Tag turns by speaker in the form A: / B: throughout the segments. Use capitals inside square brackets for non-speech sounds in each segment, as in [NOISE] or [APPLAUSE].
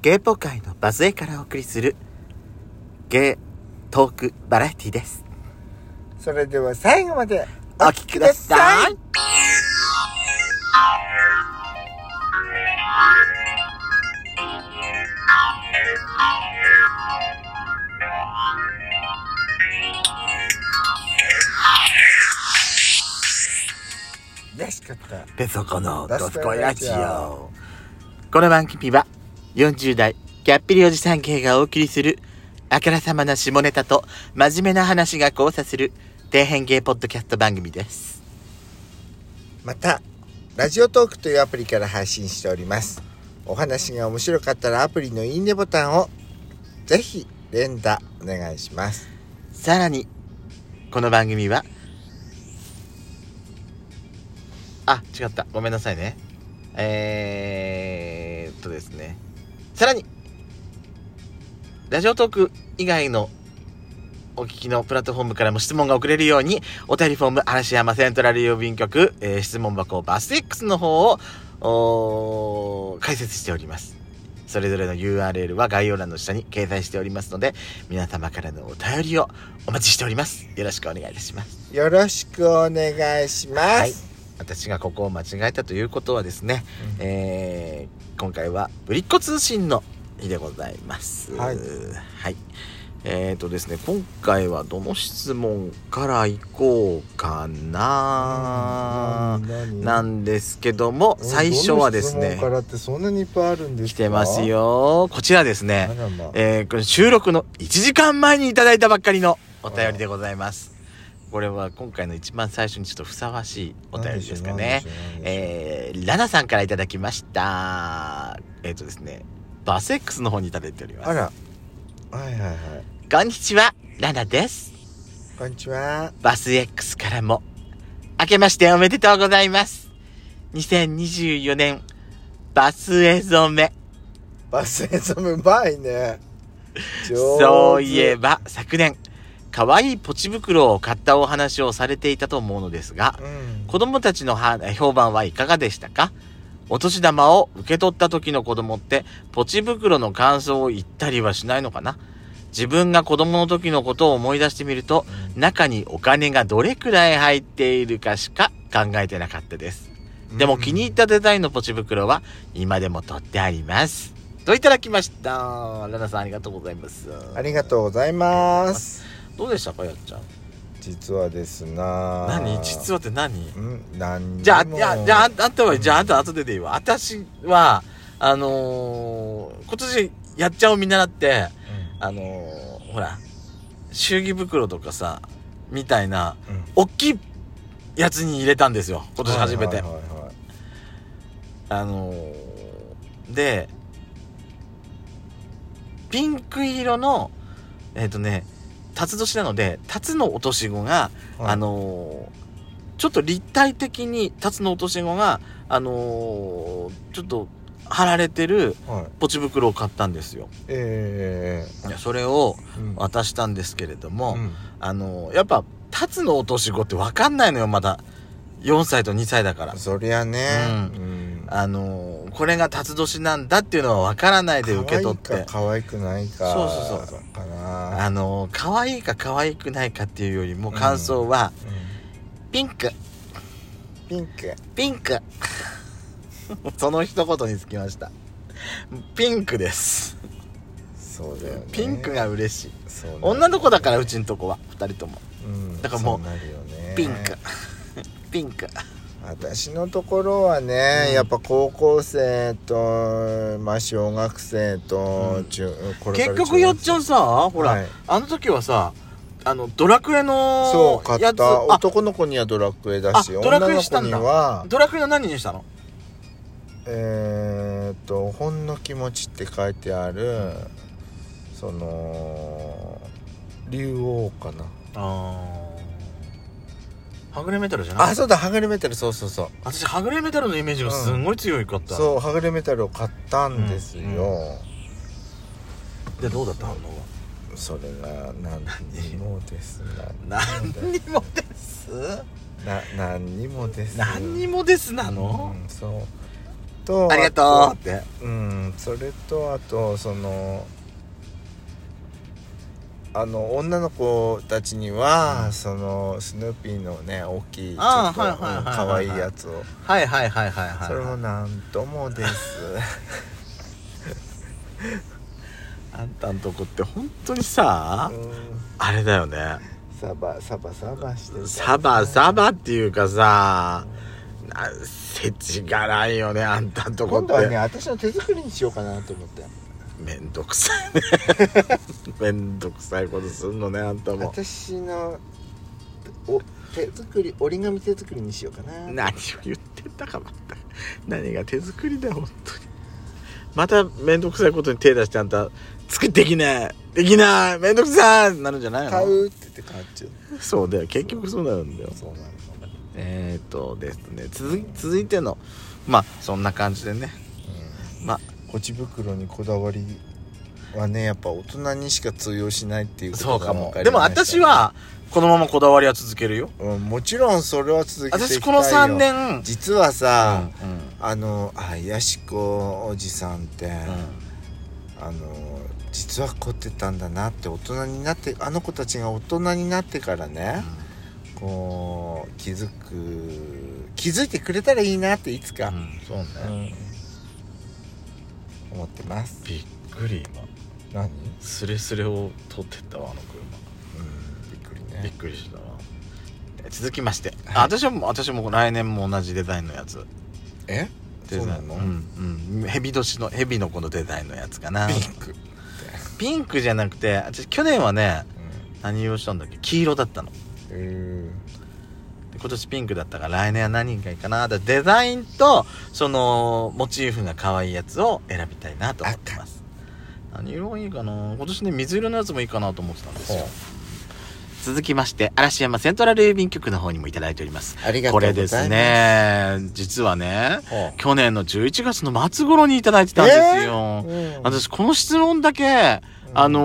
A: ゲイポ界のバズエからお送りするゲイトークバラエティです
B: それでは最後まで
A: お聞きください
B: 安かった
A: ペソコの
B: ド
A: ド
B: ス
A: ス
B: コ
A: コ
B: イ
A: イ
B: ラ
A: ラ
B: ジ
A: ジ
B: オ
A: オこの番組は40代キャッピリおじさん系がお送りするあからさまな下ネタと真面目な話が交差する底辺ゲイポッドキャスト番組です
B: またラジオトークというアプリから配信しておりますお話が面白かったらアプリのいいねボタンをぜひ連打お願いします
A: さらにこの番組はあ違ったごめんなさいねえー、っとですねさらにラジオトーク以外のお聞きのプラットフォームからも質問が送れるようにお便りフォーム嵐山セントラル郵便局、えー質問箱バス X の方をおー開設しておりますそれぞれの URL は概要欄の下に掲載しておりますので皆様からのお便りをお待ちしておりますよろしくお願いいたします
B: よろしくお願いしま
A: はい
B: す、
A: 私がここを間違えたということはですね、えー今回はぶりっ子通信の日でございます
B: はい
A: はいえーとですね今回はどの質問からいこうかな、な
B: 何
A: んですけども最初はですね
B: からってそんなにいっぱいあるんです
A: 来てますよこちらです
B: あ
A: ね
B: らま
A: えーこれ収録の1時間前にいただいたばっかりのお便りでございます。これは今回の一番最初にちょっとふさわしいお便りですかね。えー、ラナさんからいただきました。えっ、とですね、バセックスの方にいただいております。
B: あらはいはいはい
A: こんにちは、ラナです。
B: こんにちは
A: バス X からも、明けましておめでとうございます。2024年、バスエ染め。
B: バスエゾムうまいね上手
A: そういえば昨年可愛いポチ袋を買ったお話をされていたと思うのですが
B: うん
A: 子供たちのは評判はいかがでしたかお年玉を受け取った時の子供ってポチ袋の感想を言ったりはしないのかな自分が子供の時のことを思い出してみると中にお金がどれくらい入っているかしか考えてなかったですでも気に入ったデザインのポチ袋は今でも取ってありますといただきましたラナさんありがとうございます
B: ありがとうございます。
A: どうでしたかやっちゃん
B: 実はですな。
A: 何実
B: は。
A: はって何
B: うん、何にも。
A: じゃあいやじゃあああんたはじゃああんた後ででいいわ私はあのー今年やっちゃんを見習ってあのーほら祝儀袋とかさみたいな
B: うん。うん
A: 大きいやつに入れたんですよ今年初めて、
B: はいはいはいはい
A: あのーでピンク色のえっ、とね辰年なので辰の落とし子が、あ。のーちょっと立体的に辰の落とし子があのーちょっと貼られてる
B: はい。
A: ポチ袋を買ったんですよ。
B: え
A: いやそれを
B: え。うん
A: 渡したんですけれども、
B: うん
A: あのーやっぱ辰の落とし子って分かんないのよまだ4歳と2歳だから。
B: そりゃね。
A: う
B: うん
A: あのーこれが辰年なんだっていうのは分からないで受け取っ
B: 可愛い
A: て
B: か可愛くないか。
A: そうそうそう
B: かな。
A: あのー可愛いか可愛くないかっていうよりも感想は、
B: うん
A: ピンク
B: ピンク。
A: ピンクその一言につきましたピンクです
B: そうだよね。
A: ピンク。が嬉しい
B: そうなんだよね
A: 女の子だからう。ちんとこは2人とも
B: うん
A: だからもう
B: そうなるよね
A: ピンクピンク
B: 私のところはね、
A: うん
B: やっぱ高校生と、まあ、小学生と、
A: うん
B: 中これから
A: 結局やっちゃんさほら、
B: はい
A: あの時はさあのドラクエの
B: そう買
A: や
B: っ
A: つ
B: た
A: あ
B: 男の子にはドラクエだし
A: あドラク
B: 女
A: エ
B: の
A: した
B: 子
A: ん
B: に
A: だ
B: は
A: ドラクエの何にしたの
B: えー、っと「ほんの気持ち」って書いてあるその竜王かな
A: あーはぐれメタルじゃない
B: あそうだはぐれメタルそうそうそう
A: 私はぐれメタルのイメージがすんごい強いかった、
B: そうはぐれメタルを買ったんですよ、
A: でどうだった反応は
B: それが何にもですな
A: 何にもです
B: な何にもです
A: 何にもですなの
B: うん、そうと
A: ありがとう
B: あ
A: って。
B: とうんそれとあとそのあの女の子たちには、そのスヌーピーのね大きいちょ
A: あー
B: っと
A: はいはいはいはい
B: 可愛いやつを、
A: はいはいはいはいはい。
B: それもなんともです
A: [LAUGHS] あんたんとこって本当にさ、
B: うん
A: あれだよね。
B: サバサバサバしてた
A: サバサバっていうかさ、なせちがらいよね、あんたんとこっ
B: 今度は
A: て。
B: ね私の手作りにしようかなと思って
A: めんどくさいね。 [LAUGHS] めんどくさいことすんのね、あんたも。
B: 私のお手作り折り紙手作りにしようかな
A: 何を言ってんだかまった何が手作りだよ本当にまためんどくさいことに手出してあんた作ってきないできないめんどくさいってなるんじゃないの
B: 買うって言って買っちゃう
A: そうだよ結局そうなるんだよ
B: そうなの
A: えー、っとですね続い続いてのまあそんな感じでねまあ
B: ポチ袋にこだわりはねやっぱ大人にしか通用しないっていうこと
A: そうかも
B: が分り
A: でも
B: ましたね
A: 私はこのままこだわりは続けるよ
B: うんもちろんそれは続けていきたい
A: 私
B: よ
A: この3年
B: 実はさ、
A: うんうん
B: あのあやしこおじさんって、
A: う
B: あの実は凝ってたんだなって大人になってあの子たちが大人になってからね、こう気づく気づいてくれたらいいなっていつか
A: ん、うんそうね
B: うん思ってます
A: びっくり今
B: 何、うん、
A: スレスレを取ってったわあの車
B: びっくり
A: びっ
B: ね
A: くりしたな続きまして、
B: はい
A: あ私はもう私も来年も同じデザインのやつ
B: え
A: デザイン
B: そうなの
A: うんうん蛇年の蛇の子のデザインのやつかな
B: ピンク、
A: ピンクじゃなくて私去年はね
B: うん
A: 何をしたんだっけ黄色だったので
B: え
A: 今年ピンクだったから来年は何がいいかなだからデザインとそのモチーフが可愛いやつを選びたいなと思ってます何色がいいかな今年ね水色のやつもいいかなと思ってたんですよ
B: ほう
A: 続きまして嵐山セントラル郵便局の方にもいただいております
B: ありがと
A: これ
B: うございま
A: ですすね実はね
B: ほ
A: 去年の11月の末頃にいただいてたんですよ、
B: ううん
A: 私この質問だけ、
B: うん
A: あの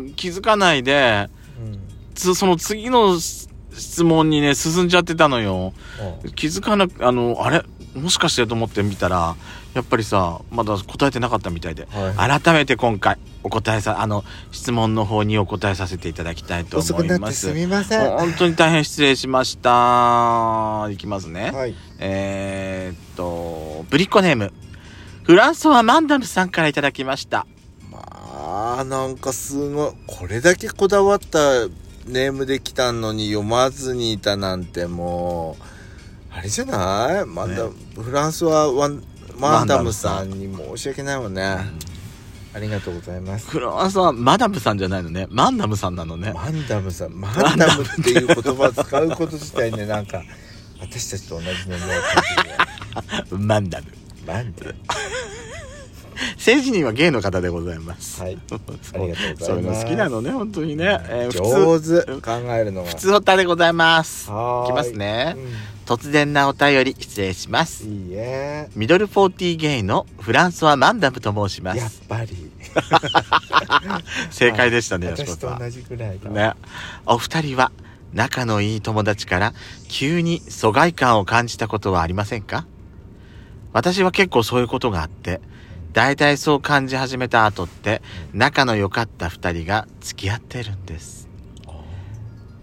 A: ー気づかないで
B: うん
A: つその次のす質問にね進んじゃってたのよ
B: ほう
A: 気づかなくあのあれもしかしてと思ってみたらやっぱりさまだ答えてなかったみたいで
B: はい
A: 改めて今回お答えさあの質問の方にお答えさせていただきたいと
B: 遅く
A: 思
B: ないっ
A: ま
B: て
A: す
B: すみません
A: 本当に大変失礼しました。いきますね。
B: はい
A: えー、っと、ぶりっ子ネーム。フランソワ・マンダムさんからいただきました。
B: まあなんかすごいこれだけこだわったネームできたのに読まずにいたなんてもうあれじゃないマンダ、
A: ね
B: フランスはワンマンダムさ
A: マン
B: んに申し訳ないわね、ありがとうございます
A: フランソワ・マダムさんじゃないのね。マンダムさんなのね。
B: マンダムさんマンダムっていう言葉を使うこと自体
A: [LAUGHS]
B: ねなんか私たちと同じ名前を感じるね
A: マンダム。
B: マンダム
A: 政治人はゲイの方でございます。
B: はい
A: そう
B: [LAUGHS] ありがとうございます
A: そういうの好きなのね、本当にね。えー
B: 上
A: 普通、
B: 手考えるのが
A: 普通おたでございます。
B: はい
A: きますね。
B: う
A: 突然なお便り、失礼します。
B: んいいえ
A: ミドルフォーティーゲイのフランソワ・マンダムと申しま
B: やっ
A: す。
B: ぱり
A: 正解でしたね、よしこ
B: 私
A: さ
B: と
A: ん。
B: 同じぐらいだ
A: ね。お二人は仲のいい友達から急に疎外感を感じたことはありませんか私は結構そういうことがあって、だいたいそう感じ始めた後って仲の良かった二人が付き合ってるんです。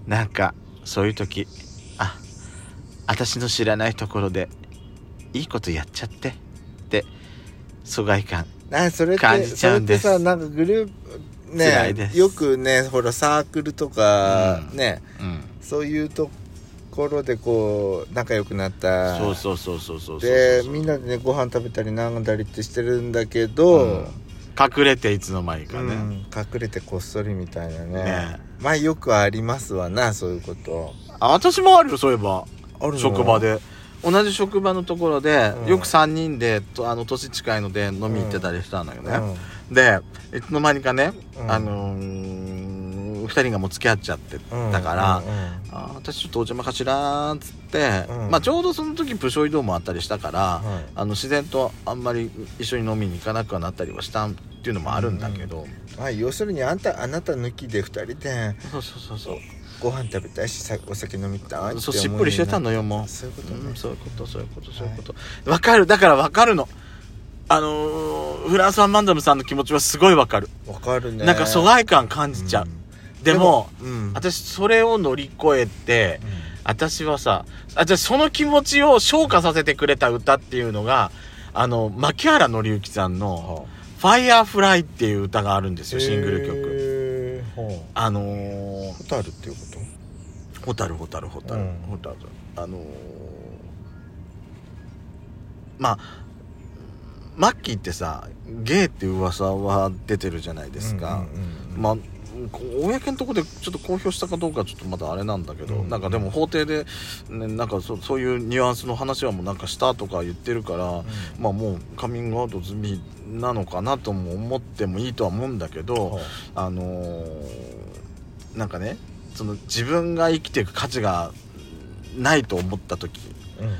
A: なんか、そういう時、あ、私の知らないところでいいことやっちゃってって疎外感
B: なそれって
A: 感じちゃうんです
B: それってさなんかグループ
A: 辛
B: ね
A: いです
B: よくねほらサークルとか、
A: うん
B: ね
A: うん
B: そういうところでこう仲良くなった
A: そうそうそうそうそうそう
B: でみんなでねご飯食べたり飲んだりってしてるんだけど、
A: 隠れていつの間に
B: う
A: か
B: ん
A: ね、
B: 隠れてこっそりみたいなね
A: ね
B: まあよくありますわなそういうこと
A: あ私もあるよそういえば
B: あるの
A: 職場で同じ職場のところで、
B: うん
A: よく3人でとあの年近いので飲み行ってたりしたのよ
B: うん
A: ね、でいつの間にかね、
B: うん
A: あのー、2人がもう付き合っちゃってたから、
B: うんうんうん
A: あー私ちょっとお邪魔かしらーっつって、
B: うん
A: まあちょうどその時部署移動もあったりしたから、
B: はい
A: あの自然とあんまり一緒に飲みに行かなくはなったりはしたっていうのもあるんだけど、
B: まあ要するにあんたあなた抜きで2人で
A: そうそうそうそう
B: ご飯食べたいしさお酒飲みたいって思
A: そうしっぽりしてたのよもう
B: そういうことね、
A: うん、そういうことそういうことそういうことわ、かるだからわかるのあのーフランスワン・マンダムさんの気持ちはすごいわかる、
B: わかるね
A: なんか疎外感感じちゃう、
B: ん
A: でも
B: うん
A: 私それを乗り越えて私はさあじゃあその気持ちを昇華させてくれた歌っていうのがあの牧原紀之さんの「ファイヤーフライっていう歌があるんですよシングル曲
B: 曲ほ
A: あのー
B: うホタルっていうこと
A: ホタルホタルホタル、
B: うん
A: ホタルあのーまあマッキーってさゲイって噂は出てるじゃないですか、
B: うんうんうん
A: まあこう公のとこでちょっと公表したかどうかちょっとまだあれなんだけど、
B: うん
A: なんかでも法廷で、ね、なんかそそういうニュアンスの話はもうなんかしたとか言ってるから、まあもうカミングアウト済みなのかなとも思ってもいいとは思うんだけど、
B: ほう
A: あのーなんかねその自分が生きていく価値がないと思った時
B: うん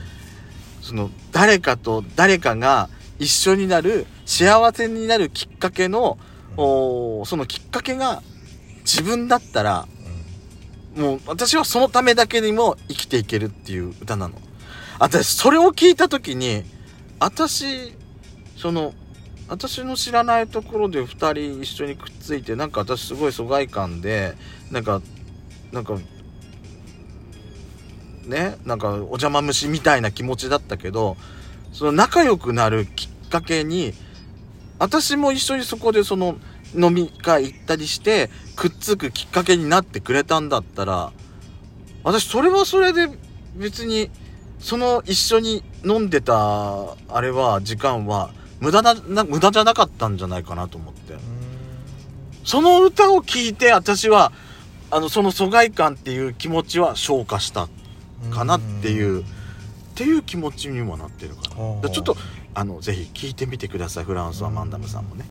A: その誰かと誰かが一緒になる幸せになるきっかけの、おーそのきっかけが自分だったらもう私はそのためだけにも生きていけるっていう歌なの。私それを聞いた時に私その私の知らないところで2人一緒にくっついてなんか私すごい疎外感でなんかなんかねなんかお邪魔虫みたいな気持ちだったけどその仲良くなるきっかけに私も一緒にそこでその飲み会行ったりしてくっつくきっかけになってくれたんだったら私それはそれで別にその一緒に飲んでたあれは時間は無駄なな無駄じゃなかったんじゃないかなと思ってその歌を聴いて私はあのその疎外感っていう気持ちは消化したっ
B: うん
A: かなっていうていう気持ちにもなってるから
B: ほ
A: だ
B: う
A: からちょっとあのぜひ聴いてみてくださいフランスはマンダムさんもね。